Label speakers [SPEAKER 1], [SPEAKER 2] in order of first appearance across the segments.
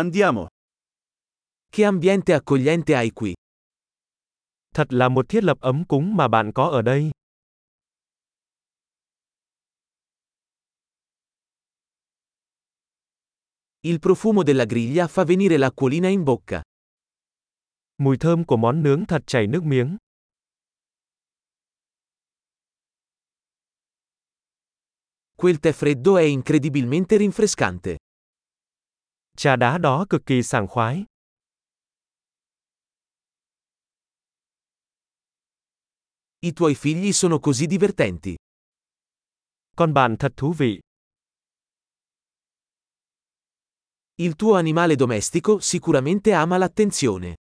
[SPEAKER 1] Andiamo. Che ambiente accogliente hai qui.
[SPEAKER 2] Thật là một thiết lập ấm cúng mà bạn có ở đây.
[SPEAKER 1] Il profumo della griglia fa venire l'acquolina in bocca.
[SPEAKER 2] Mùi thơm của món nướng thật chảy nước miếng.
[SPEAKER 1] Quel tè freddo è incredibilmente rinfrescante.
[SPEAKER 2] Trà đá đó cực kỳ sảng khoái.
[SPEAKER 1] I tuoi figli sono così divertenti.
[SPEAKER 2] Con bạn thật thú vị.
[SPEAKER 1] Il tuo animale domestico sicuramente ama l'attenzione.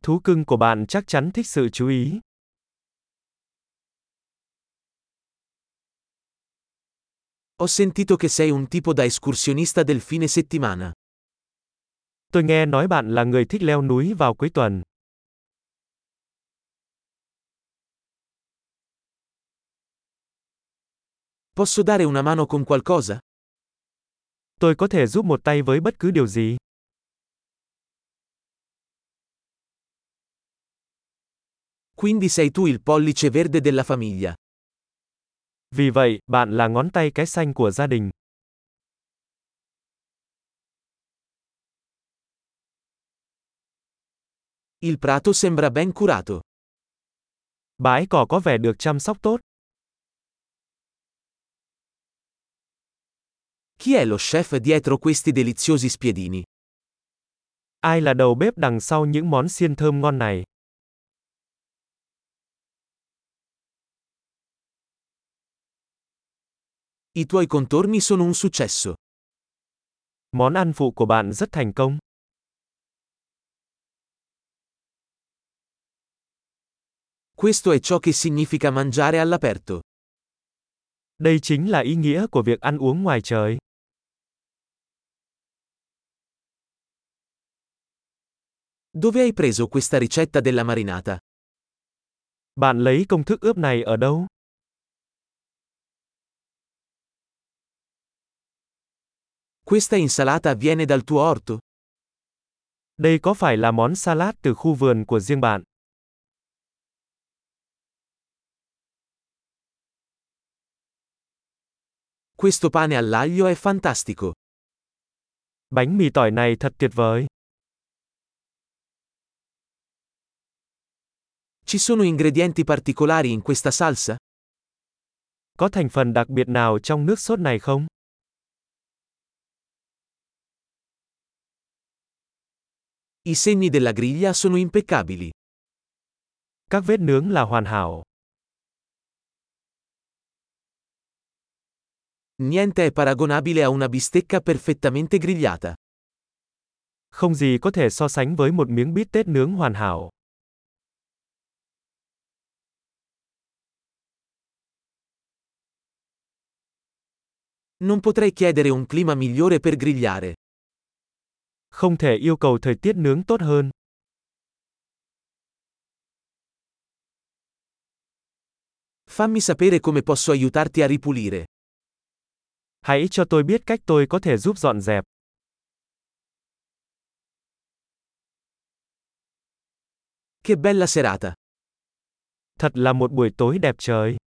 [SPEAKER 2] Thú cưng của bạn chắc chắn thích sự chú ý.
[SPEAKER 1] Ho sentito che sei un tipo da escursionista del fine settimana.
[SPEAKER 2] Tôi nghe nói bạn là người thích leo núi vào cuối tuần.
[SPEAKER 1] Posso dare una mano con qualcosa?
[SPEAKER 2] Tôi có thể giúp một tay với bất cứ điều gì.
[SPEAKER 1] Quindi sei tu il pollice verde della famiglia.
[SPEAKER 2] Vì vậy, bạn là ngón tay cái xanh của gia đình.
[SPEAKER 1] Il prato sembra ben curato.
[SPEAKER 2] Bãi cỏ có vẻ được chăm sóc tốt.
[SPEAKER 1] Chi è lo chef dietro questi deliziosi spiedini?
[SPEAKER 2] Ai là đầu bếp đằng sau những món xiên thơm ngon này?
[SPEAKER 1] I tuoi contorni sono un successo.
[SPEAKER 2] Món ăn phụ của bạn rất thành công.
[SPEAKER 1] Questo è ciò che significa mangiare all'aperto.
[SPEAKER 2] Đây chính là ý nghĩa của việc ăn uống ngoài trời.
[SPEAKER 1] Dove hai preso questa ricetta della marinata?
[SPEAKER 2] Bạn lấy công thức ướp này ở đâu?
[SPEAKER 1] Questa insalata viene dal tuo orto?
[SPEAKER 2] Đây có phải là món salad từ khu vườn của riêng bạn?
[SPEAKER 1] Questo pane all'aglio è fantastico.
[SPEAKER 2] Bánh mì tỏi này thật tuyệt vời.
[SPEAKER 1] Ci sono ingredienti particolari in questa salsa?
[SPEAKER 2] Có thành phần đặc biệt nào trong nước sốt này không?
[SPEAKER 1] I segni della griglia sono impeccabili.
[SPEAKER 2] Các vết nướng là hoàn hảo.
[SPEAKER 1] Niente è paragonabile a una bistecca perfettamente grigliata.
[SPEAKER 2] Không gì có thể so sánh với một miếng bít tết nướng hoàn hảo.
[SPEAKER 1] Non potrei chiedere un clima migliore per grigliare.
[SPEAKER 2] Không thể yêu cầu thời tiết nướng tốt hơn.
[SPEAKER 1] Fammi sapere come posso aiutarti a ripulire.
[SPEAKER 2] Hãy cho tôi biết cách tôi có thể giúp dọn dẹp.
[SPEAKER 1] Che bella serata!
[SPEAKER 2] Thật là một buổi tối đẹp trời.